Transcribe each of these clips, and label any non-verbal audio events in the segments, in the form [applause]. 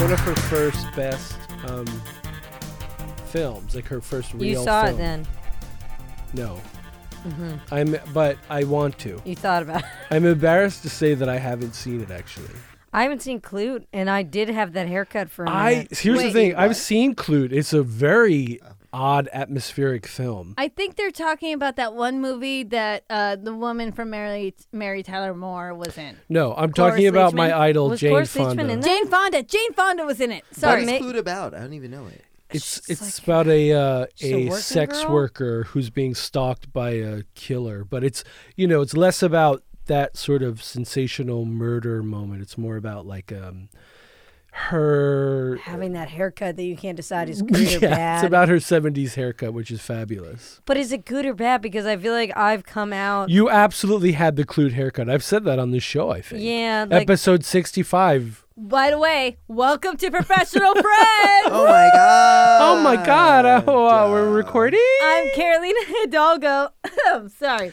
one of her first best um, films, like her first real. You saw film. it then. Mm-hmm. No. I'm, but I want to. You thought about it. [laughs] I'm embarrassed to say that I haven't seen it actually. I haven't seen Clute, and I did have that haircut for a I minute. here's the Wait, thing. I've what? seen Clute. It's a very odd atmospheric film. I think they're talking about that one movie that uh, the woman from Mary Mary Tyler Moore was in. No, I'm Cloris talking about my Leachman? idol Was Jane Cloris Leachman Fonda. in that? Jane Fonda. Jane Fonda was in it. Sorry. Sorry. Ma- What's Clued about? I don't even know it. It's She's it's like- about a uh, She's a a working sex girl? worker who's being stalked by a killer, but it's you know it's less about that sort of sensational murder moment. It's more about like um her. [laughs] Having that haircut that you can't decide is good or Yeah, bad. it's about her 70s haircut, which is fabulous. but is it good or bad? Because I feel like I've come out. You absolutely had the clued haircut. I've said that on this show, I think. yeah, like Episode 65. By the way, welcome to Professional [laughs] Friends. Oh my god! Oh my God. Oh, uh, we're recording? Uh, I'm Carolina Hidalgo. [laughs] I'm sorry.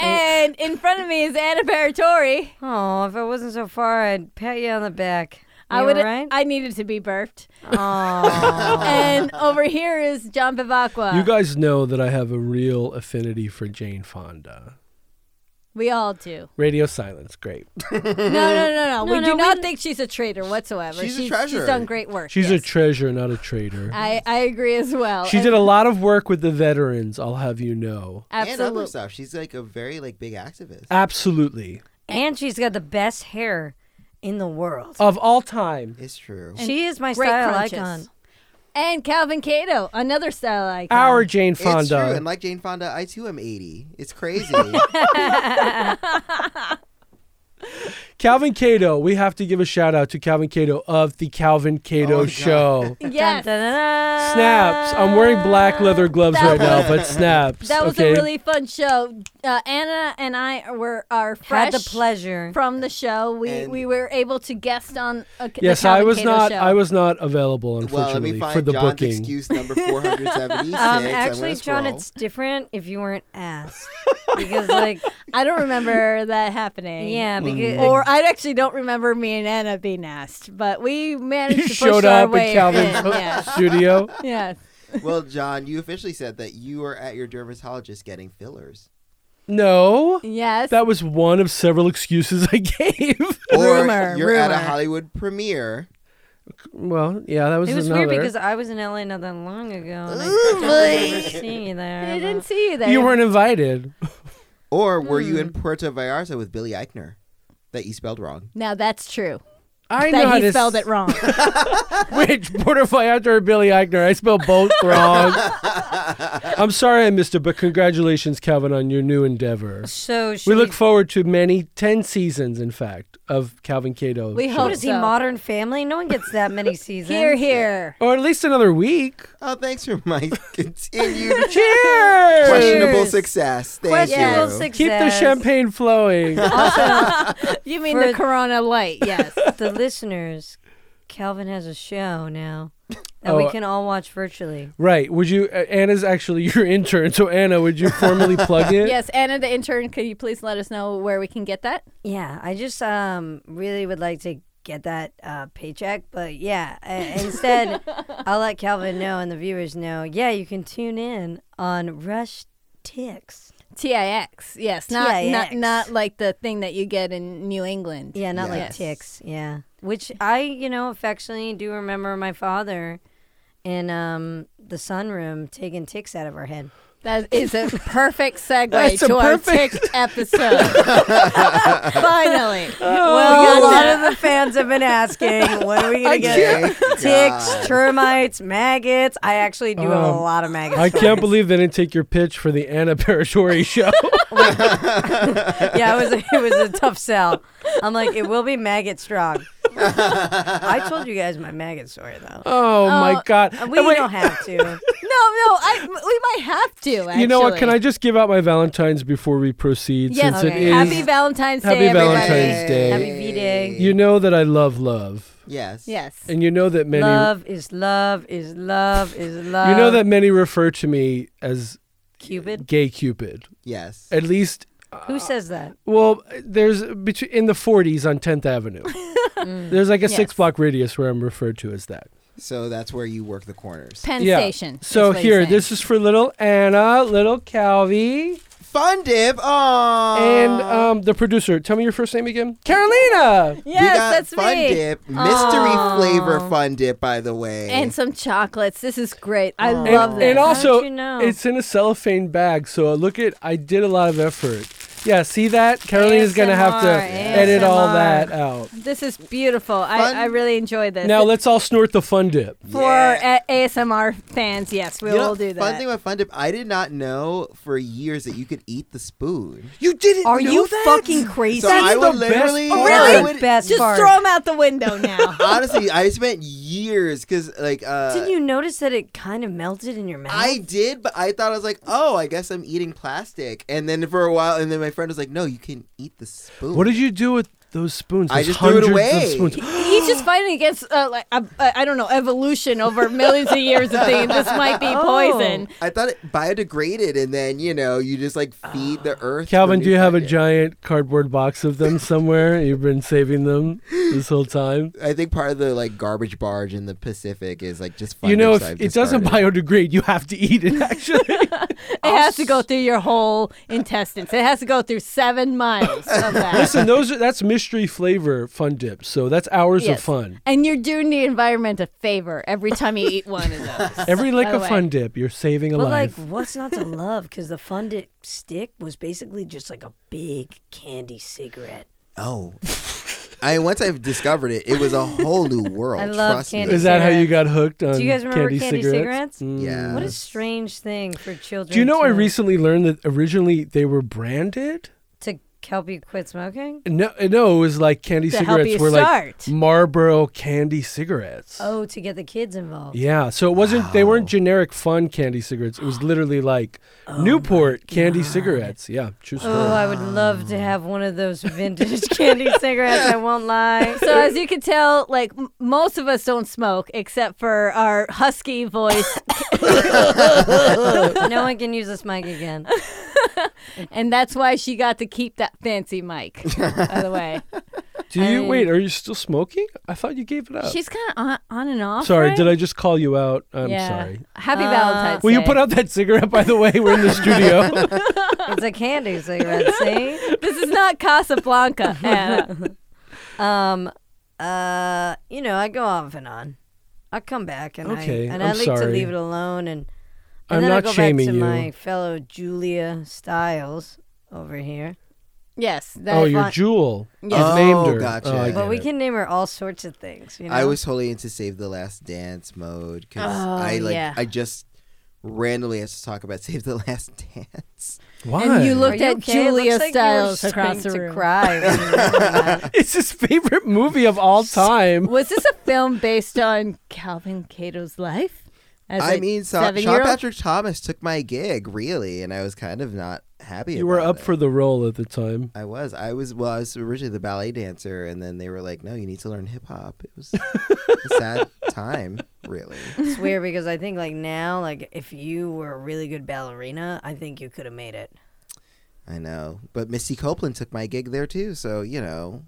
and in front of me is Anna Paratori. oh, if I wasn't so far, I'd pat you on the back. I You would. alright? I needed to be burped. Aw. [laughs] And over here is John Bivacqua. You guys know that I have a real affinity for Jane Fonda. we all do. Radio silence, great. No, no, no, no. no, we do we- not think she's a traitor whatsoever. She's a She's treasure. done great work. She's yes. a treasure, not a traitor. I, I agree as well. she And- did a lot of work with the veterans, I'll have you know. And other Absolutely. stuff. She's like a very like big activist. Absolutely. and she's got the best hair in the world. Of all time. It's true. she is my Oh, Great style crunches. icon. And Calvin Cato, another style icon. Our Jane Fonda. It's true. And like Jane Fonda, I too am 80. It's crazy. Calvin Cato, we have to give a shout out to Calvin Cato of the Calvin Cato Oh, God. show. Yes. Dun, dun, dun, dun. snaps. I'm wearing black leather gloves That right now, was- [laughs] but snaps. That was okay? a really fun show. Uh, Anna and I were are fresh Had the pleasure. from the show. We And- we were able to guest on. A, the Yes, I Calvin was Cato not. Show. I was not available, well, let unfortunately, me find for the John's booking. [laughs] excuse number 476. Um, I'm actually, gonna John, scroll. it's different if you weren't [laughs] asked because, like, I don't remember [laughs] that happening. yeah, because Or I actually don't remember me and Anna being asked, but we managed You to push showed our up way at Calvin's in. yeah. [laughs] studio. Yes. Well, John, you officially said that you were at your dermatologist getting fillers. No, Yes. that was one of several excuses I [laughs] gave. Or Rumor, you're at a rumor. Hollywood premiere. well, yeah, that was, it was another. weird because I was in LA not that long ago. And I remember seeing you there. I but- didn't see you there. you weren't invited. Or were you in Puerto Vallarta with Billy Eichner that you spelled wrong? Now that's true. I know how That he to spelled [laughs] it [laughs] wrong. Which Porter Vallarta or Billy Eichner? I spell [laughs] both wrong. I'm sorry I missed it, but congratulations, Calvin, on your new endeavor. So should We look forward to many ten seasons, in fact, of Calvin Cato. We show. What hope is he? so. Modern Family? No one gets that [laughs] many seasons. here, here. or at least another week. Oh, thanks for my [laughs] continued Cheers! questionable Cheers. success. Thank Questionable you. success. Keep the champagne [laughs] flowing. [coughs] You mean For- the Corona Light? [laughs] Yes. the listeners, Calvin has a [laughs] show now that we Oh. can all watch virtually. right? Would you? Uh, Anna's actually your [laughs] intern, so Anna, would you formally plug it? yes, Anna, the intern. Could you please let us know where we can get that? Yeah, I just um really would like to get that uh, paycheck, but yeah, I, [laughs] instead I'll let Calvin know and the viewers know. Yeah, you can tune in on Rush Ticks. Tix. Yes, not not TIX. not like the thing that you get in New England. Yeah, not like Yes. ticks. Yeah, which I you know affectionately do remember my father in um the sunroom taking ticks out of our head. That is [laughs] a perfect segue That's a to our perfect- Tix [laughs] episode. Finally. Uh, Oh, Well, a we lot got of the fans have been asking, when are we gonna get? Thank Ticks, God. termites, maggots. I actually do have a Um, lot of maggots. I can't believe they didn't take your pitch for the Anna Paratori [laughs] show. [laughs] yeah, it was a, it was a tough sell. I'm like, it will be [laughs] maggot strong. I told you guys my maggot story though. oh my Oh, God! We And wait, don't [laughs] have to. No, no, I, we might have to. Actually. you know what? Can I just give out my Valentines before we proceed? Yes. Since Okay. it is, Happy Valentine's Happy Day, everybody. Valentine's Day. Happy V Day. you know that I love love, Yes. Yes. and you know that many. Love is love is love is love. You know that many refer to me as Cupid. gay Cupid. Yes. At least Who says that? Well, there's between in the 40s on 10th Avenue. [laughs] There's like a Yes. six block radius where I'm referred to as that. So that's where you work the corners. Penn Station. is So what he's here, saying. this is for little Anna, little Calvi, Fun dip. Aww. and um, the producer. Tell me your first name again. Carolina. Yes, we got that's fun me. dip. Mystery flavor fun dip, by the way. And some chocolates. This is great. I Aw. And, love this. and also, you know? it's in a cellophane bag. So look at, I did a lot of effort. Yeah, see that? Carolina's going to have to ASMR, edit all that out. this is beautiful. Fun- I, I really enjoy this. Now let's all snort the fun dip. for Yeah. a- ASMR fans, yes, we You know, will do that. Fun thing about fun dip, I did not know for years that you could eat the spoon. You didn't Are know you that? fucking crazy? So That's I the would best literally, part. I Really? would- Best Just part. throw them out the [laughs] window now. honestly, I spent years because like uh, Didn't you notice that it kind of melted in your mouth? I did, but I thought I was like, oh, I guess I'm eating plastic. And then for a while, and then my friend was like, no, you can eat the spoon. What did you do with those spoons? I Those just threw it hundreds away. Of [laughs] spoons. He's just fighting against, uh, like, uh, uh, I don't know, evolution over millions of years of thinking this might [laughs] Oh. be poison. I thought it biodegraded, and then you know you just like feed the earth. Ah. Calvin, the do you have a nutrients. giant cardboard box of them somewhere? You've been saving them this whole time. I think part of the like garbage barge in the Pacific is like just. Fun you know, dips if I've it doesn't discarded. biodegrade, you have to eat it. Actually, It has to go through your whole intestines. It has to go through seven miles of [laughs] that. listen, those are, that's mystery flavor fun dips. So that's hours Yes. of fun. And you're doing the environment a favor every time you eat one of [laughs] those. Every like By a the way. fun dip, you're saving a Oh, But like, life. what's not to love? Because the fun dip stick was basically just like a big candy cigarette. Oh. I once I've discovered it, it was a [laughs] whole new world. I love trust candy me. Is that how you cigarettes. got hooked on? Do you guys remember candy, cigarettes? Um, Mm. Yeah. What a strange thing for children. Do you know? to, I recently learned that originally they were branded. to help you quit smoking. No, no, it was like candy To help cigarettes you were start. like Marlboro candy cigarettes. Oh, to get the kids involved. Yeah, so it wasn't they weren't generic fun candy cigarettes. It was literally like Newport candy cigarettes. Yeah, true story. Oh, I would love to have one of those vintage candy cigarettes. I won't [laughs] lie. So as you can tell, like m- most of us don't smoke except for our husky voice, no one can use this mic again. and that's why she got to keep that fancy mic. By the way, Do you I- wait, are you still smoking? I thought you gave it up. she's kind of on, on and off. sorry, right? did I just call you out? I'm yeah. sorry. Happy Valentine's. Will you Day. put out that cigarette by the way? We're in [laughs] the studio. It's a candy cigarette. [laughs] See. This is not Casablanca. Uh, Anna. Um, uh, you know, I go off and on. I come back and Okay, I and I'm I like to sorry. leave it alone and, and I'm then I not go shaming back to you. my fellow Julia Styles over here. yes. That, oh, your fun- jewel. Yes. You've named Oh, her. gotcha. Oh, I But But get we it. can name her all sorts of things. You know, I was totally into Save the Last Dance mode because Oh, I like yeah. I just randomly had to talk about [laughs] Save the Last Dance. Why? and you Are looked you okay? It at looks Julia like you were Stiles starting across the to room. cry. when you were doing that. [laughs] It's his favorite movie of all time. Was this a film based on Calvin Cato's life? As I a mean, so, Sean seven-year-old? Patrick Thomas took my gig really, and I was kind of not happy. You were about up it. for the role at the time. I was. I was. Well, I was originally the ballet dancer, and then they were like, "No, you need to learn hip hop." It was [laughs] a sad time, really. It's weird because I think like now, like if you were a really good ballerina, I think you could have made it. I know, but Misty Copeland took my gig there too, so you know.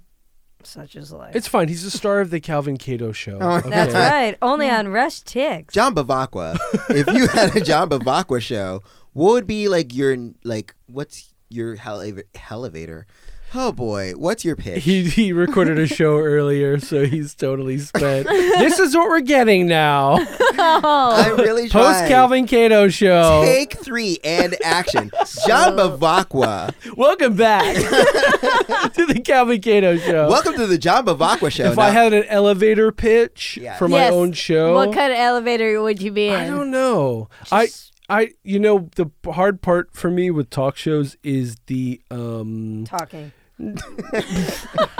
Such is life. It's fine. He's the star of the Calvin Cato show. Oh, That's right. Only on Rush Ticks. John Bavacqua. if you had a John Bavacqua show, what would be like your like what's your hell elevator? Oh boy, what's your pitch? He he recorded a show earlier, so he's totally [laughs] spent. this is what we're getting now. Oh, I'm really trying. Post Calvin Cato show. Take three and [laughs] action. John Bavacqua. Welcome [laughs] back to the Calvin Cato show. Welcome to the John Bavacqua show. if I Now, had an elevator pitch Yeah. for my Yes. own show, What kind of elevator would you be in? I don't know. I I you know the hard part for me with talk shows is the um Talking.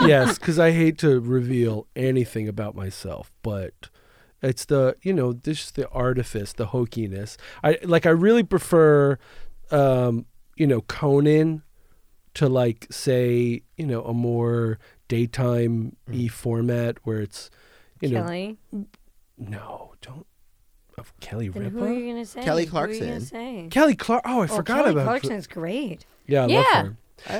yes, because I hate to reveal anything about myself, but it's the you know this the artifice, the hokiness. I like I really prefer, um, you know, Conan to like say you know a more daytime e format where it's you know Kelly. no don't of Kelly Then who are Ripa you gonna say? Kelly Who are you gonna Clarkson. say? Kelly Clark. Oh, I Well, forgot Kelly about Clarkson's great. yeah I love Yeah. her.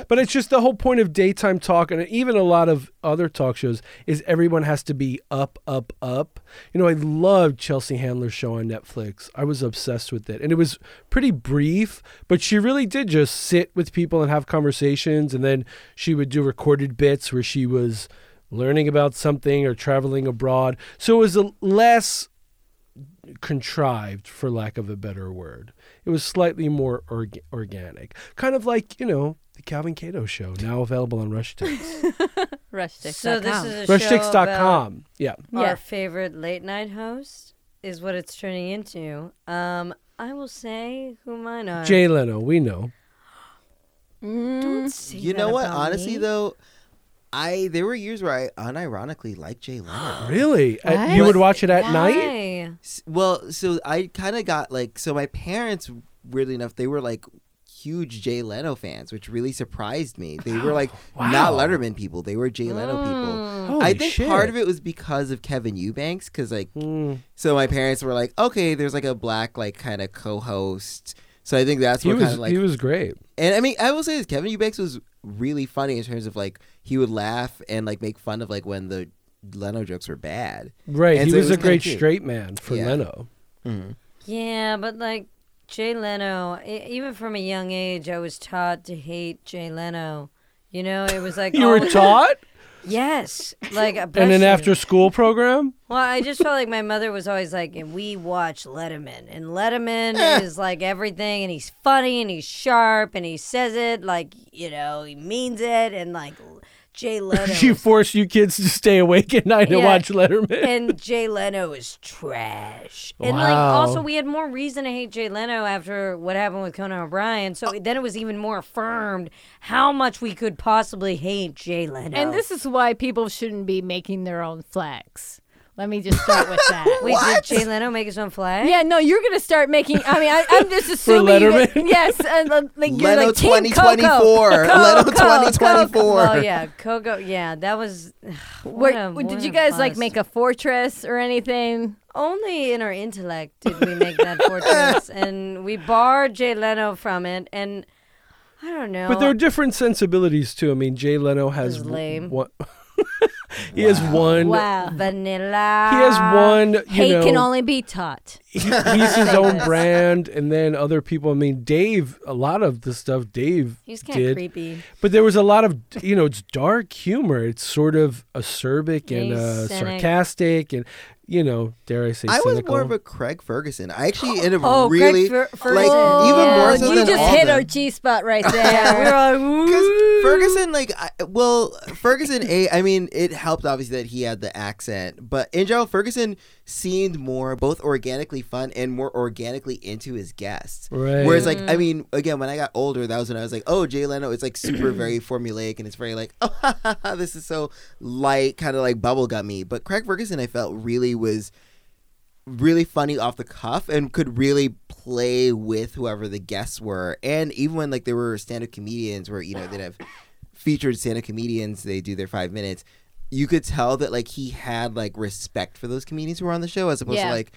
But it's just the whole point of daytime talk and even a lot of other talk shows is everyone has to be up, up, up. You know, I loved Chelsea Handler's show on Netflix. I was obsessed with it. And it was pretty brief, but she really did just sit with people and have conversations. And then she would do recorded bits where she was learning about something or traveling abroad. So it was a less contrived, for lack of a better word. It was slightly more org- organic, kind of like you know the Calvin Cato show, now available on [laughs] Rush Ticks. Rush So this is a show about RushTix.com. Yeah, Yeah. our favorite late night host is what it's turning into. Um, I will say who mine are. Jay Leno, we know. Mm. Don't say You that know what? about Honestly, me. though, I there were years where I unironically liked [gasps] Jay Leno. Really, Uh, What? you would watch it at night. Why? S- well, so I kind of got like so my parents, weirdly enough, they were like huge Jay Leno fans, which really surprised me. They were like not [gasps] Wow. Letterman people; they were Jay Leno Mm. people. Holy I think shit. part of it was because of Kevin Eubanks, because like Mm, so my parents were like, okay, there's like a black like kind of co-host. So I think that's he what kind was of like he was great. and I mean, I will say this: Kevin Eubanks was really funny in terms of like he would laugh and like make fun of like when the Leno jokes were bad. Right, And he so it was, was a great kinda cute. straight man for [laughs] Yeah. Leno. Yeah, but like Jay Leno, e- even from a young age, I was taught to hate Jay Leno. You know, it was [laughs] like You were always- taught Yes, [laughs] like a in an Oh, bless you. after school program. Well, I just felt like my mother was always like, and we watch Letterman, [laughs] and Letterman is like everything, and he's funny, and he's sharp, and he says it like you know he means it, and like [laughs] Jay Leno. She is- forced you kids to stay awake at night and Yeah. watch Letterman. and Jay Leno is trash. And like Wow. also we had more reason to hate Jay Leno after what happened with Conan O'Brien. So then it was even more affirmed how much we could possibly hate Jay Leno. And this is why people shouldn't be making their own flags. Let me just start with [laughs] that. Wait, did Jay Leno make his own flag? Yeah, no, you're gonna start making. I mean, I, [laughs] I'm just assuming. you Letterman? get- [laughs] yes, and uh, like you're Leno like Team 2024. Coco. Coco, Oh, Leno Oh, Coco, 2024. Well, yeah, Coco. Yeah, that was. Where- What a- did what you a guys like bust. make a fortress or anything? Only in our intellect did we make [laughs] that fortress, and we barred Jay Leno from it. And I don't know. But there are different sensibilities too. I mean, Jay Leno has is lame. One, [laughs] he has one. Wow. vanilla. He has one. You Hate know, can only be taught. [laughs] he- he's his own brand, and then other people. I mean, Dave. A lot of the stuff Dave He's kind of did, creepy. but there was a lot of you know, it's dark humor. It's sort of acerbic and He's uh, cynic. sarcastic, and you know, dare I say, I was cynical. more of a Craig Ferguson. I actually ended up Oh, Craig really Fer- like Ferguson. even Yeah, more so you than just all hit them. our G [laughs] spot right Yeah, we [laughs] there. were like, Because "Ooh." Ferguson, like, I, well, Ferguson, a, I mean, it helped obviously that he had the accent, but in general, Ferguson seemed more both organically fun and more organically into his guests. Right. Whereas, like, I mean, again, when I got older, that was when I was like, oh, Jay Leno, it's like super very formulaic and it's very like, [laughs] oh, ha, ha, ha, this is so light, kind of like bubblegummy. But Craig Ferguson, I felt really was really funny off the cuff and could really play with whoever the guests were. And even when like there were stand-up comedians where you know they'd have featured stand-up comedians, they do their five minutes. You could tell that like he had like respect for those comedians who were on the show, as opposed Yeah. to like,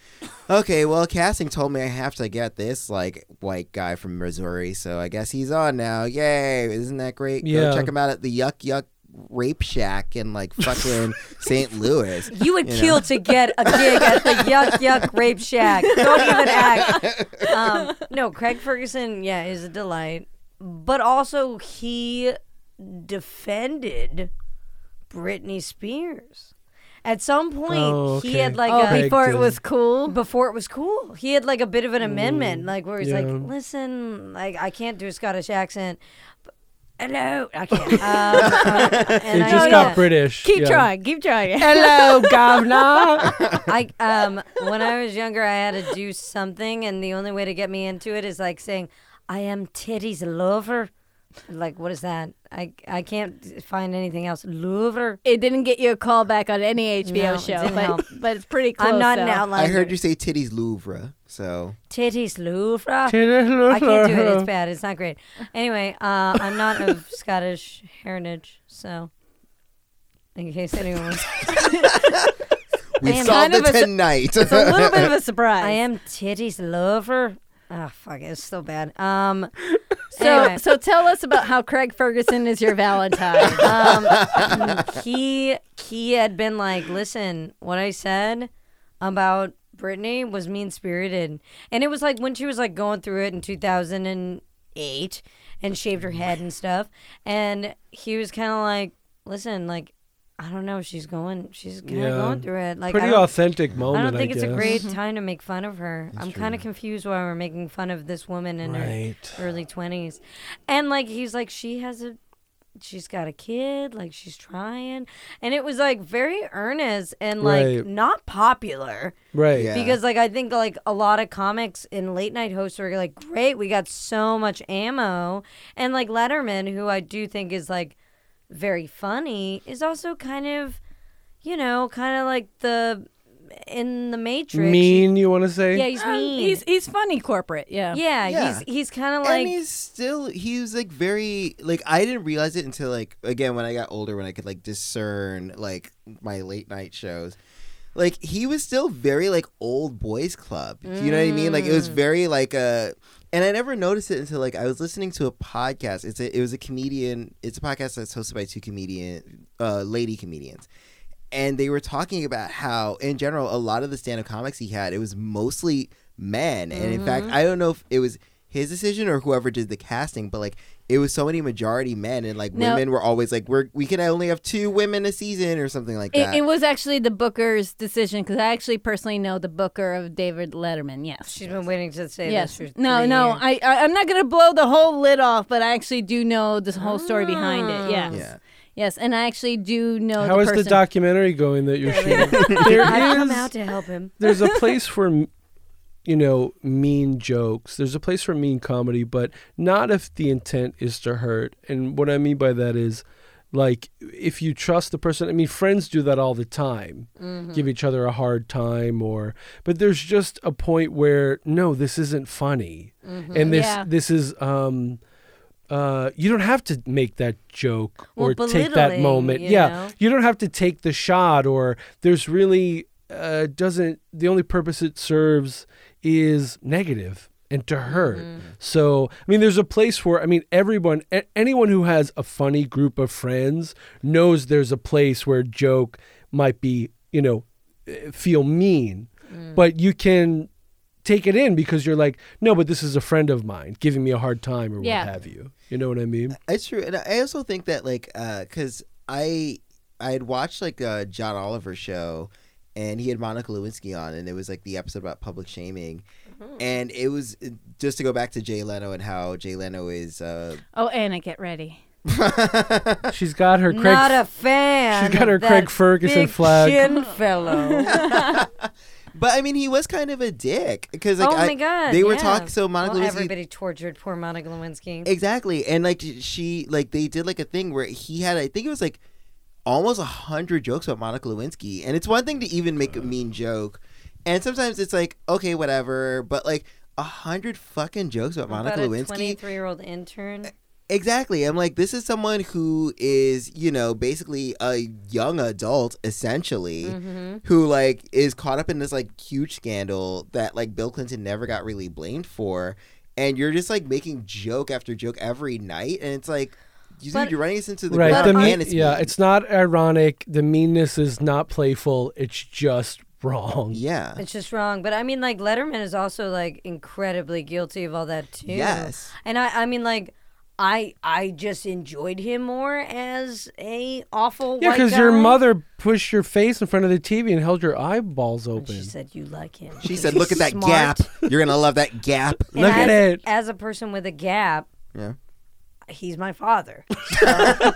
okay, well, casting told me I have to get this like white guy from Missouri, so I guess he's on now. Yay! Isn't that great? Yeah. Go check him out at the Yuck Yuck Rape Shack in like fucking St. Louis. You would You know. kill to get a gig at the Yuck Yuck Rape Shack. Don't [laughs] even act. Um, no, Craig Ferguson, yeah, is a delight. But also, he defended Britney Spears. At some point, Oh, he okay. had like Oh, a. Craig before it did. was cool. Before it was cool, he had like a bit of an amendment, like where he's like, Mm-hmm. yeah. "Listen, like I can't do a Scottish accent. but- Hello, [laughs] I can't." Um, uh, It and I- just yeah. got British. Keep yeah. trying. Keep [laughs] trying. [laughs] Hello, governor. I um when I was younger, I had to do something, and the only way to get me into it is like saying, "I am titties lover." Like, what is that? I I can't find anything else. Lover. It didn't get you a call back on any HBO No, it show, didn't but, help. but it's pretty close. I'm not an though. outlier. I heard you say titties Louvre, so titties lover. I can't do it. [laughs] It's bad. It's not great. Anyway, uh, I'm not of Scottish heritage, so in case anyone was, we I am solved kind it of a- tonight. It's [laughs] a [laughs] little bit of a surprise. I am titties lover. Ah, fuck, it's so bad. Um, So, Anyway. so tell us about how Craig Ferguson is your Valentine. um, [laughs] he he had been like, listen, what I said about Britney was mean spirited, and it was like when she was like going through it in two thousand and eight, and shaved her head and stuff, and he was kind of like, listen, like. I don't know. She's going. She's kind Yeah. of going through it. Like I Pretty don't- authentic moment. I don't think it's guess. [laughs] a great time to make fun of her. I'm kind of confused why we're making fun of this woman in Right. her early 20s. And like he's like she has a she's got a kid, like she's trying. And it was like very earnest and like Right. not popular Right. Yeah. because like I think like a lot of comics and late night hosts were like great, we got so much ammo. And like Letterman who I do think is like very funny is also kind of you know, kind of like the in the Matrix. Mean, you want to say? Yeah, [laughs] he's mean. he's he's funny corporate. Yeah. yeah, Um, Yeah. he's he's kind of like and he's still he was like very like I didn't realize it until like again when I got older when I could like discern like my late night shows. Like he was still very like old boys club. You know what I mean? Like it was very like a and I never noticed it until like I was listening to a podcast. It's a, it was a comedian. It's a podcast that's hosted by two comedian uh, lady comedians. And they were talking about how, in general, a lot of the stand-up comics he had, it was mostly men. And in Mm-hmm. fact, I don't know if it was his decision or whoever did the casting, but like it was so many majority men, and like No. women were always like, "We're we can only have two women a season" or something like that. It, it was actually the Booker's decision because I actually personally know the Booker of David Letterman. Yes. she's been waiting to say Yes. this. For No, three no. years. I, I I'm not gonna blow the whole lid off, but I actually do know this whole story behind Ah. it. Yes. Yeah. Yes, and I actually do know. How the is the person. documentary going that you're shooting? There I've come is- out to help him. there's a place for you know mean jokes there's a place for mean comedy but not if the intent is to hurt and what i mean by that is like if you trust the person i mean friends do that all the time Mm-hmm. give each other a hard time or but there's just a point where no this isn't funny Mm-hmm. and this Yeah. this is um uh, you don't have to make that joke Well, or take that belittling, moment. you yeah, know? you don't have to take the shot, or there's really uh, doesn't the only purpose it serves is negative and to hurt. Mm-hmm. So I mean, there's a place where I mean everyone, a- anyone who has a funny group of friends knows there's a place where a joke might be you know eh, feel mean, Mm. but you can. Take it in because you're like, no, but this is a friend of mine giving me a hard time or Yeah. what have you. You know what I mean? It's true, and I also think that like because I I had watched like a John Oliver show, and he had Monica Lewinsky on, and it was like the episode about public shaming, Mm-hmm. and it was uh, just to go back to Jay Leno and how Jay Leno [laughs] is. Uh, [laughs] Oh, Anna, get ready. She's got her Craig not a fan. she's got her of that Craig Ferguson big flag. Chin [laughs] fellow. but I mean, he was kind of a dick because like oh I- my god! they were yeah. talking. So Monica well, Lewinsky everybody tortured poor Monica Lewinsky. Exactly. And like she like they did like a thing where he had I think it was like almost a hundred jokes about Monica Lewinsky. And it's one thing to even make a mean joke. And sometimes it's like, okay, whatever, but like a hundred fucking jokes about About Monica a Lewinsky. twenty-three-year-old intern. Exactly. I'm like, this is someone who is, you know, basically a young adult, essentially, Mm-hmm. who like is caught up in this like huge scandal that like Bill Clinton never got really blamed for. And you're just like making joke after joke every night. And it's like, you But- dude, you're running us into the Right. ground. The mean, and it's yeah, mean. it's not ironic. The meanness is not playful. It's just wrong. yeah. It's just wrong. But I mean, like Letterman is also like incredibly guilty of all that too. Yes. And I, I mean, like, I, I just enjoyed him more as a awful. Yeah, white because your guy. mother pushed your face in front of the TV and held your eyeballs And She open. said you like him. She because said, he's look at that smart." gap. You're going to love [laughs] that gap. And Look at as- it. As a person with a gap, Yeah. he's my father. So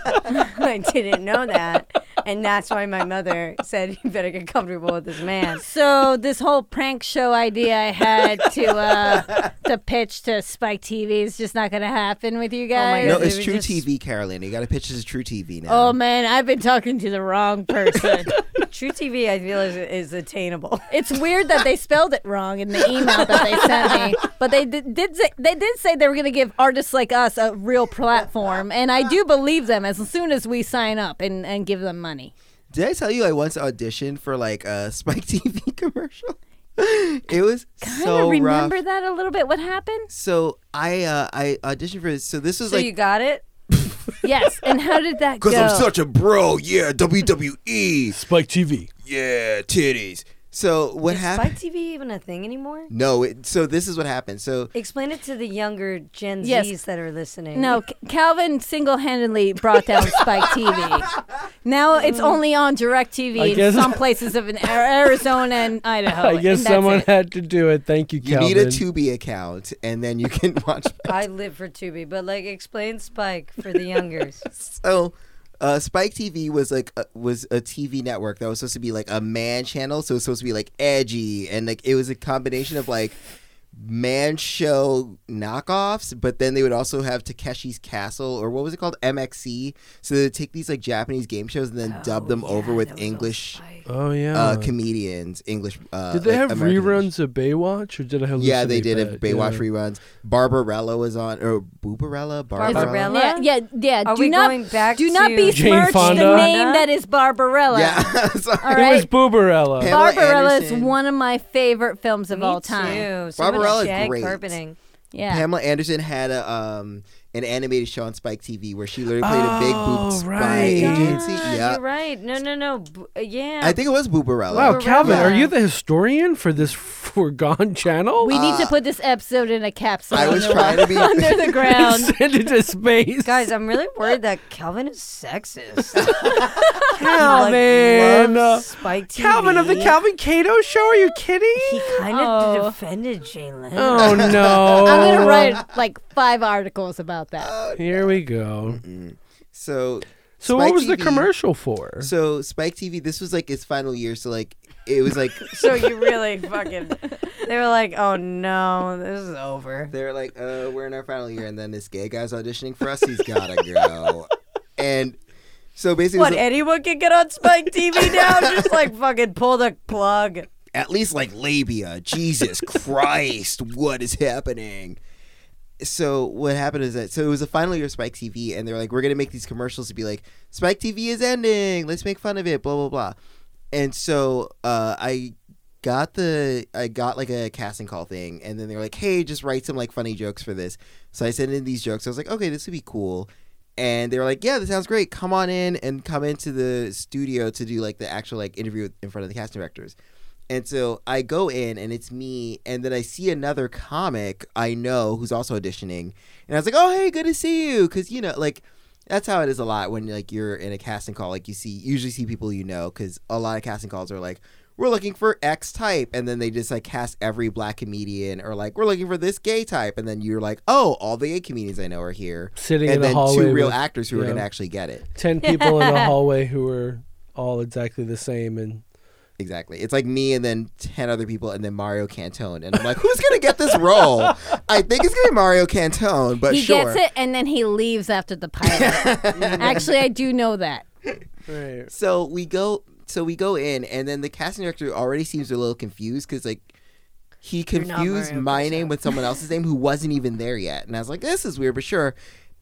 [laughs] I didn't know that, and that's why my mother said you better get comfortable with this man. So this whole prank show idea I had to uh, to pitch to Spike TV is just not gonna happen with you Oh my guys. No, They it's were true just- TV, Carolina. You got to pitch this as true TV now. Oh man, I've been talking to the wrong person. [laughs] True TV, I feel is, is attainable. it's weird that they spelled it wrong in the email that they sent me, but they did, did say, they did say they were gonna give artists like us a real platform, and I do believe them as soon as we sign up and, and give them money. [laughs] Did I tell you I once auditioned for like a Spike TV commercial? [laughs] it was Kind of so rough. remember that a little bit. What happened? So I uh, I auditioned for this. So this was So [laughs] like you got it? Yes, and how did that go? Because I'm such a bro. Yeah, WWE. Spike TV. Yeah, titties. So what Is happened? Spike TV even a thing anymore? No, it, so this is what happened. So Explain it to the younger Gen Zs Yes. that are listening. no, C- Calvin single-handedly brought down Spike TV. Now it's only on Mm. I DirecTV in guess- some places of in Ar- Arizona and Idaho. I guess Oh, and that's someone it. had to do it. Thank you, you Calvin. need a Tubi account, and then you can [laughs] [laughs] watch. I live for Tubi, but like explain Spike for the youngers. so uh, Spike TV was like a, was a TV network that was supposed to be like a man channel, so it was supposed to be like edgy and like it was a combination of like man show knockoffs, but then they would also have Takeshi's Castle or what was it called MXC. So they would take these like Japanese game shows and then Oh, dub them Oh, over with English oh yeah. uh, comedians, English. Uh, did they like, have American English. reruns of Baywatch, or did I have? Yeah, they did have Baywatch reruns. Barbarella was on, or Boobarella, Barbarella. Barbarella? Yeah, yeah, yeah. Are do we not going back do not to- be Jane besmirch the Fonda? name that is Barbarella. Yeah, [laughs] sorry. All It was right, Booberella. Pam- Pamela Barbarella is Anderson. one of my favorite films of Me all time. Too. So Barbarella's much shag great. carpeting. Yeah, Pamela Anderson had a um an animated show on Spike TV where she literally played a big Oh, boob spy right. agency. God, Yeah, Ah, You're right. No, no, no. B- uh, yeah. I think it was Boobarella. Wow, Calvin, are Barbarella. you the historian for this foregone channel? [laughs] we need to put this episode in a capsule. uh, I [laughs] was under- trying to be. under the ground. send it to space. [laughs] Guys, I'm really worried that Calvin is sexist. Calvin. loves Spike TV. Oh, Calvin of the Calvin Cato Show? Are you kidding? He kind Oh. of defended Jalen. [laughs] oh no! I'm gonna write like five articles about that. Uh, Here we go. [laughs] so So Spike what was the TV commercial for? So Spike TV, this was like its final year, so like it was like [laughs] [laughs] So you really [laughs] fucking. They were like, "Oh no, this is over." they're like, uh, we're in our final year, and then this gay guy's auditioning for us. He's gotta go, and so basically, it was What anyone can get on Spike [laughs] TV now? Just like fucking pull the plug. at least like labia. Jesus Christ, what is happening? So what happened is that so it was the final year of Spike TV, and they're like, we're gonna make these commercials to be like, Spike TV is ending. Let's make fun of it. Blah blah blah. And so uh, I got the I got like a casting call thing, and then they were like, hey, just write some like funny jokes for this. So I sent in these jokes. I was like, okay, this would be cool. And they were like, yeah, this sounds great. Come on in and come into the studio to do like the actual like interview with- in front of the casting directors. And so I go in and it's me, and then I see another comic I know who's also auditioning, and I was like, "Oh, hey, good to see you," because you know, like that's how it is a lot when like you're in a casting call, like you see usually see people you know, because a lot of casting calls are like, "We're looking for X type," and then they just like cast every black comedian, or like, "We're looking for this gay type," and then you're like, "Oh, all the gay comedians I know are here," Sitting in and a then hallway two real with- actors who are yeah. gonna actually get it. Ten people in a hallway who were all exactly the same, and Exactly. It's like me and then 10 other people and then Mario Cantone. And I'm like, who's going to get this [laughs] role? I think it's going to be Mario Cantone, but he sure. gets it and then he leaves after the [laughs] pilot. Actually, I do know that. right. So we go so we go in and then the casting director already seems a little confused cuz like he not confused Mario my name with someone else's name who wasn't even there yet. And I was like, this is weird, but sure.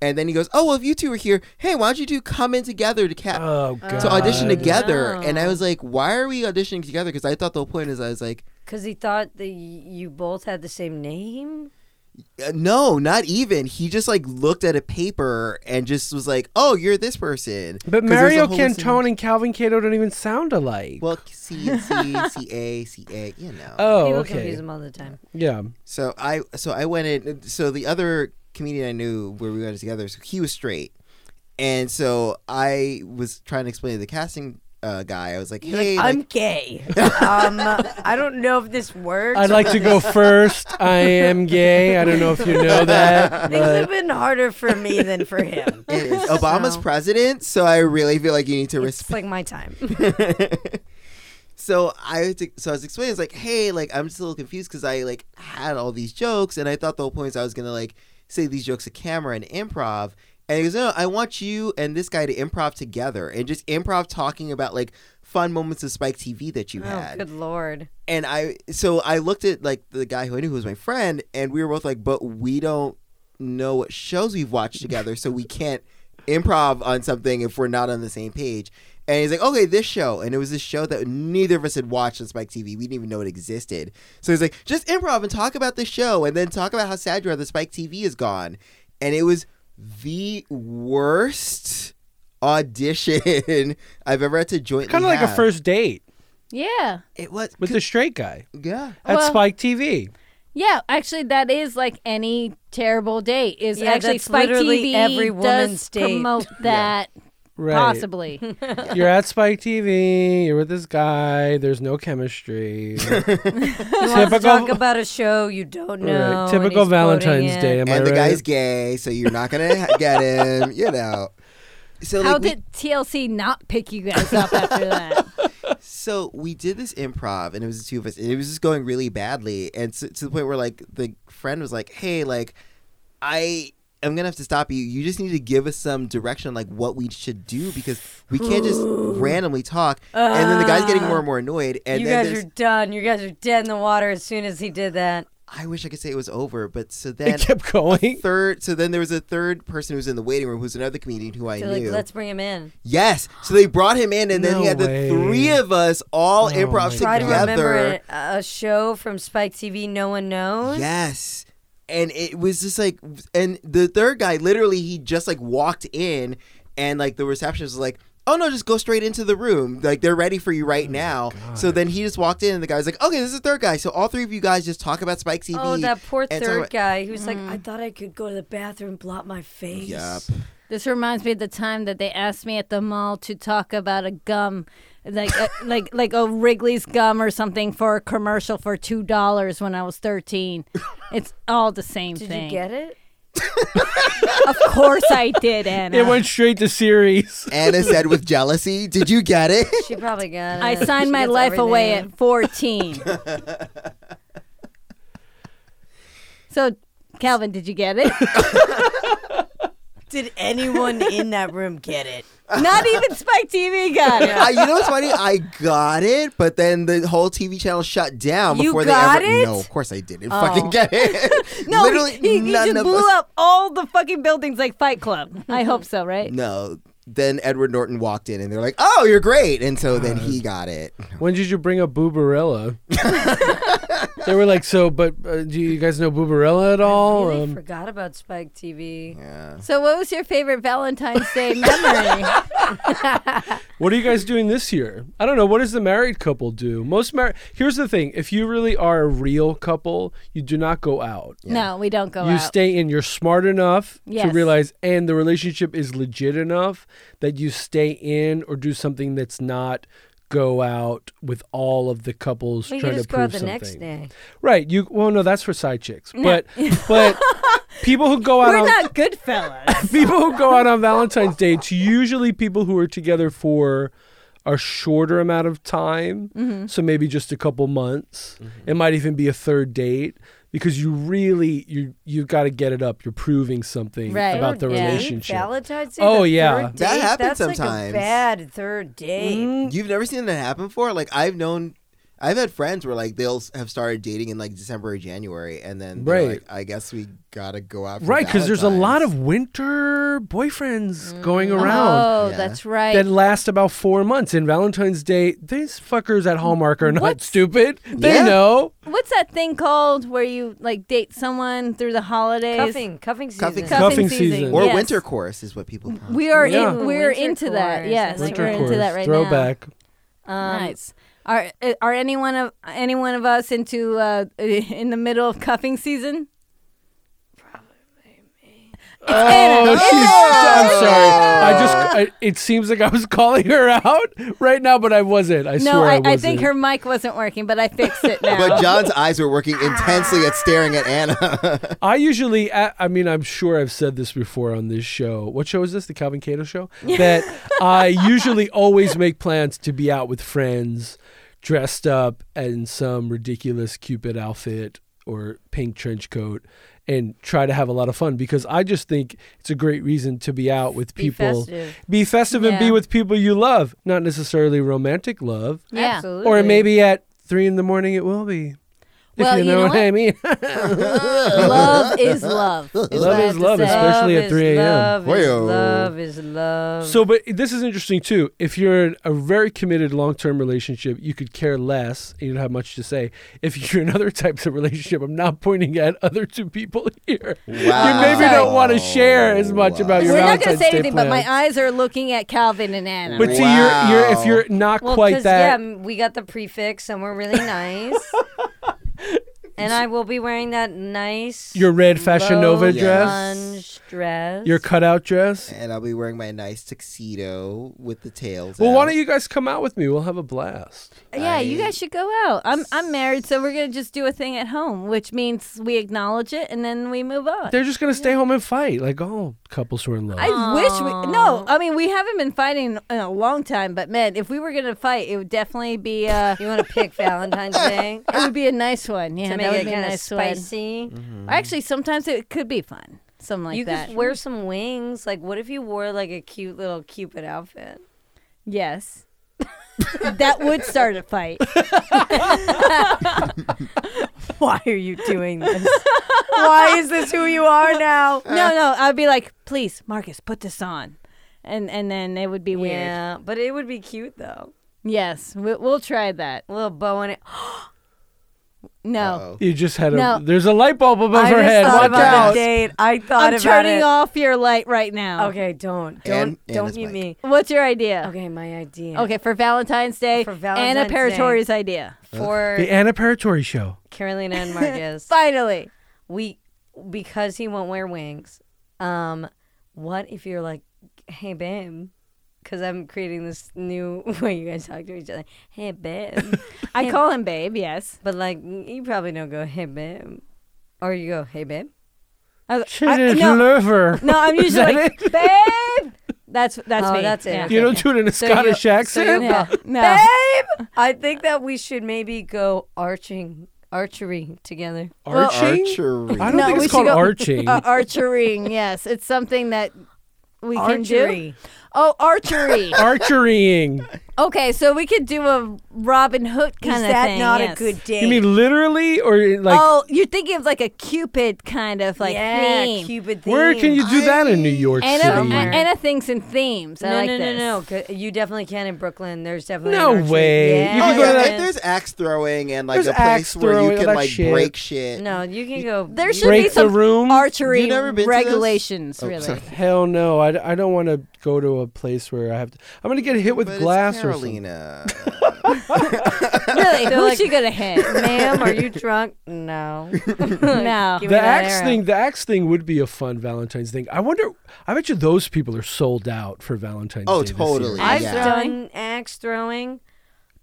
And then he goes, "Oh, well, if you two are here, hey, why don't you two come in together to cast Oh god. to audition again. together?" And I no. was like, "Why are we auditioning together?" Cuz I thought the whole point is I was like, Cause he thought that y- you both had the same name. Uh, no, not even. He just like looked at a paper and just was like, "Oh, you're this person." But 'Cause there's a Mario whole list of- Cantone and Calvin Cato don't even sound alike. Well, C and C, C A, C A, you know. oh, People confuse okay. him all the time. Yeah. So I, so I went in. So the other comedian I knew where we went together, so he was straight, and so I was trying to explain to the casting uh, guy. I was like, "Hey, like, I'm gay. um, [laughs] I don't know if this works. I'd like to go first. [laughs] I am gay. I don't know if you know [laughs] that. Things have But been harder for me than for [laughs] him. it is Obama's So, president, so I really feel like you need to It's respect." like my [laughs] time. Oh, so I was- so I was explaining, it's like, hey, like I'm just a little confused because I like had all these jokes, and I thought the whole point is I was gonna like say these jokes to camera and improv. And he goes, no, I want you and this guy to improv together and just improv talking about like fun moments of Spike TV that you Oh, had good lord. and I so I looked at like the guy who I knew who was my friend, and we were both like, but we don't know what shows we've watched together, so we can't improv on something if we're not on the same page. And he's like, okay, this show. And it was this show that neither of us had watched on Spike TV. We didn't even know it existed. So he's like, just improv and talk about this show and then talk about how sad you are that Spike TV is gone. And it was the worst audition [laughs] I've ever had to jointly Kind of like a have. first date Yeah. It was. with the straight guy Yeah. at Well- Spike TV. Yeah, actually, that is like any terrible date. Is Yeah, actually that's Spike literally TV every does woman's date. [laughs] Hmm. promote that Right. possibly. You're at Spike TV. You're with this guy. There's no [laughs] chemistry. You want to talk about a show you don't All right, know. and he's typical quoting Valentine's it. Day. Am I and the right? guy's gay, so you're not gonna ha- get him. You know. So How like, we- did TLC not pick you guys up after that? [laughs] so we did this improv, and it was the two of us, and it was just going really badly, and so, to the point where like the friend was like, "Hey, like, I." I'm gonna have to stop you. You just need to give us some direction, on, like what we should do, because we can't [sighs] just randomly talk. and then the guy's getting more and more annoyed. And you then guys are there's- done. You guys are dead in the water as soon as he did that. I wish I could say it was over, but so it then kept [laughs] going. third, so then there was a third person who was in the waiting room, who's another comedian who I They're knew. like, let's bring him in. Yes. So they brought him in, and then he No had the way. three of us all improv my Oh Try together. to remember it, a show from Spike TV no one knows. Yes. And it was just like, and the third guy literally, he just like walked in, and like the receptionist was like, Oh no! Just go straight into the room. Like they're ready for you Oh right now. So then he just walked in, and the guy was like, "Okay, this is the third guy." So all three of you guys just talk about Spike TV. Oh, that poor and talk third about- guy who's like, I thought I could go to the bathroom, blot my face. Yup. This reminds me of the time that they asked me at the mall to talk about a gum, like a, [laughs] like like a Wrigley's gum or something for a commercial for two dollars when I was thirteen. It's all the same Did thing. you get it? Of course I [laughs] did, Anna. It went straight to series. Anna said with jealousy, "Did you [laughs] get it?" She probably got it. I She signed my gets life away everything. [laughs] at 14. so, Calvin, did you get it? [laughs] Did anyone in that room get it? Not even Spike TV got it. I, you know what's funny? I got it, but then the whole TV channel shut down You before got they ever. it? No, of course I didn't fucking get it. Oh. [laughs] No, literally he, he, he none just of blew us. up all the fucking buildings like Fight Club. I hope so, right? [laughs] No. Then Edward Norton walked in, and they're like, "Oh, you're great," and so then Uh. he got it. When did you bring up [laughs] Booberella? they were like, so, but uh, do you guys know Booberella at all? really Um, forgot about Spike TV. Yeah. So, what was your favorite Valentine's Day [laughs] memory? what are you guys doing this year? I don't know. What does the married couple do? Most married. Here's the thing: if you really are a real couple, you do not go out. No, we don't go you out. stay in. You're smart enough to Yes. realize, and the relationship is legit enough that you stay in or do something that's not go out with all of the couples We trying could just to go prove out the something. next day. Right. You well no, that's for side chicks. But [laughs] but people who go out We're on not good [laughs] fellas. people who go out on Valentine's Day, it's usually people who are together for a shorter amount of time. Mm-hmm. So maybe just a couple months. It might even be a third date because you really you you've got to get it up. You're proving something Right. about the Third date? relationship. Valentine's Day. Oh, the yeah. third That date? happens That's like a sometimes. Mm. bad third date. Mm. You've never seen that happen before. Like I've known, I've had friends where like they'll s- have started dating in like December or January, and then right. Right. Like, I guess we gotta go out. For Right, because there's a lot Valentine's." of winter boyfriends going around. Mm. Oh, Yeah. that's right. that last about four months. And Valentine's Day, these fuckers at Hallmark are not What's- stupid. They Yeah. know. What's that thing called where you like date someone through the holidays? Cuffing, cuffing season. Cuffing Cuffing, Cuffing season. season. or yes. winter course is what people. Call. it. We are Yeah. in, we're Winter into that. chorus. Yes, Winter we're into that right now. throwback. Um, nice. Are eh, are any one of any one of us into uh, [laughs] in the middle of cuffing season? Oh, she's, I'm sorry. I just, I, it seems like I was [laughs] calling her out right now, but I wasn't. I no, swear I, I, wasn't. I think her mic wasn't working, but I fixed it now. But John's eyes were working intensely at staring at Anna. I usually, I I mean, I'm sure I've said this before on this show. What show is this? The Calvin Cato show? That I usually always make plans to be out with friends dressed up in some ridiculous Cupid outfit or pink trench coat and try to have a lot of fun because I just think it's a great reason to be out with Be people. festive. Be festive and be Yeah. with people you love, not necessarily romantic love. yeah. Absolutely. Or maybe at three in the morning it will be. Well, if you you know, know what I mean. love is love. is what I Love have is to love, say. especially- Especially at is 3 a.m.. Love is Wayo. love is love. So, but this is interesting too. If you're in a very committed long term relationship, you could care less and you don't have much to say. If [laughs] you're in other types of relationship, I'm not pointing at other two people [laughs] here. You maybe don't want to share as much about your We're not outside gonna say state anything, but my plans. eyes are looking at Calvin and Anna. But see, you're, you're, if you're not well, quite 'cause, that, Yeah, we got the prefix, and we're really [laughs] nice. and I will be wearing that nice your red Fashion Nova low Yes. dress, Plunge dress. your cutout dress. And I'll be wearing my nice tuxedo with the tails. Well, why out. don't you guys come out with me? We'll have a blast. yeah, you I- guys should go out. I'm I'm married, so we're gonna just do a thing at home, which means we acknowledge it and then we move on. They're just gonna stay home and fight like all couples who are in love. I wish we no. I mean, we haven't been fighting in a long time, but man, if we were gonna fight, it would definitely be uh, You want to pick Valentine's Day it would be a nice one. Yeah, to that make would it be a kind of nice spicy? Hmm. one. Actually, sometimes it could be fun. Something like you that. could wear some wings. Like, what if you wore like a cute little Cupid outfit? yes. that would start a fight. [laughs] Why are you doing [laughs] this? Why is this who you are now? No, no, I'd be like, please, Marcus, put this on, and and then it would be weird. Yeah, but it would be cute though. Yes, we, we'll try that. A little bow on it. No, Uh-oh. you just had a. No. There's a light bulb above her head. thought Watch about out. the date. I thought I'm about turning it. off your light right now. Okay, don't don't And- and don't his mute mic. me. What's your idea? Okay, my idea. Okay, for Valentine's Day, For Anna Valentine's Paratori's idea. for The Anna Paratori show. Carolina [laughs] and Marcus, Finally. we because he won't wear wings. Um, what if you're like, hey babe, because I'm creating this new [laughs] way you guys talk to each other. Hey [laughs] babe, I call him babe, yes. but like you probably don't go hey babe, or you go hey babe. I, I- Cheated no, lover. no, I'm Is usually [laughs] that like, babe. That's that's Oh, me. that's it. Yeah. Okay. You don't do [laughs] it in a So Scottish you- so accent. you- Yeah. No. Babe, I think that we should maybe go arching archery together. Arching? Archery. I don't No, think it's we should called go- arching. [laughs] Uh, archering, yes. It's something that we can do. Archery. Oh, archery. [laughs] Archerying. okay, so we could do a Robin Hood kind Is of that thing. not yes. a good date? You mean literally or like oh, you're thinking of like a Cupid kind of like yeah, theme. Cupid theme. where can you do that in New York Anna, City? Somewhere. Anna thinks in themes. I no, like no, this. no, no, 'cause You definitely can in Brooklyn. There's definitely No an archery- way. Yeah. You Oh, can go yeah, to like, that- there's axe throwing and like There's a axe place where throwing, you can all that like shit. break shit. No, you can [laughs] go. There should be Break the some room? archery You never been to this? regulations, Oh, really. sorry. Hell no. I, I don't want to go to a place where I have to. I'm going to get hit [laughs] with But it's glass or something. Carolina. [laughs] really, They're who's like- she gonna hit? [laughs] ma'am, are [laughs] you drunk? No. No. Give me The that axe arrow. thing, the axe thing would be a fun Valentine's thing. I wonder. I bet you those people are sold out for Valentine's. Oh, Day this year. totally. I've Yeah. done axe throwing,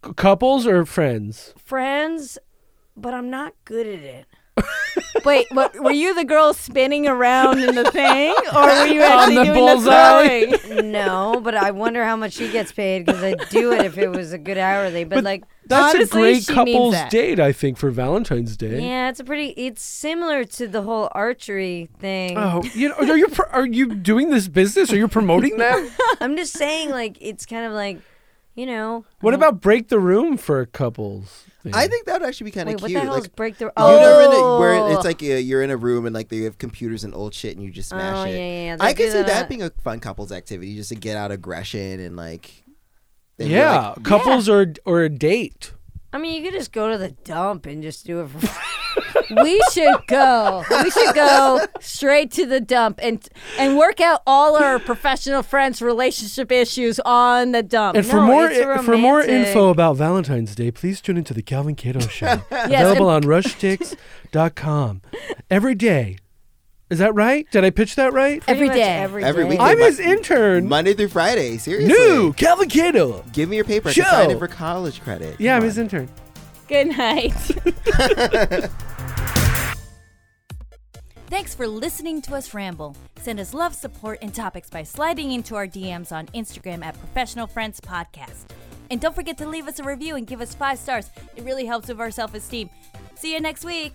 C- couples or friends? friends, but I'm not good [laughs] at it. Wait, what, were you the girl spinning around in the thing, [laughs] or were you actually the doing bullseye? the throwing? No, but I wonder how much she gets paid because I'd do it if it was a good hourly. But, like, That's a Honestly, great she means couples that. date, I think, for Valentine's Day. yeah, it's a pretty. It's similar to the whole archery thing. Oh, you know, are you pro- are you doing this business? Are you promoting that? [laughs] I'm just saying, like, it's kind of like, you know, [laughs] What about break the room for couples? thing? [laughs] I think that would actually be kind of wait, cute. what the hell like, is break the? You've never been to- Oh. where it's like uh, you're in a room and like they have computers and old shit and you just smash Oh, it. yeah, yeah, yeah. They I could do see that that, on- being a fun couples activity just to get out aggression and like. then you're yeah, like- couples or or a date. I mean, you could just go to the dump and just do it [laughs] for [laughs] We should go. We should go straight to the dump and and work out all our professional friends' relationship issues on the dump. And for No, more it's i- for more romantic. info about Valentine's Day, please tune into the Calvin Cato Show, available on rushdicks.com every day. Is that right? Did I pitch that right? Every pretty much day. Every, Every day. weekend. I'm Mon- his intern. Monday through Friday, seriously. New Calvin Cato. Give me your paper. I can sign Show. it for college credit. Yeah, Come I'm on. his intern. Good night. Thanks for listening to us ramble. Send us love, support, and topics by sliding into our DMs on Instagram at Professional Friends Podcast. And don't forget to leave us a review and give us five stars. It really helps with our self esteem. See you next week.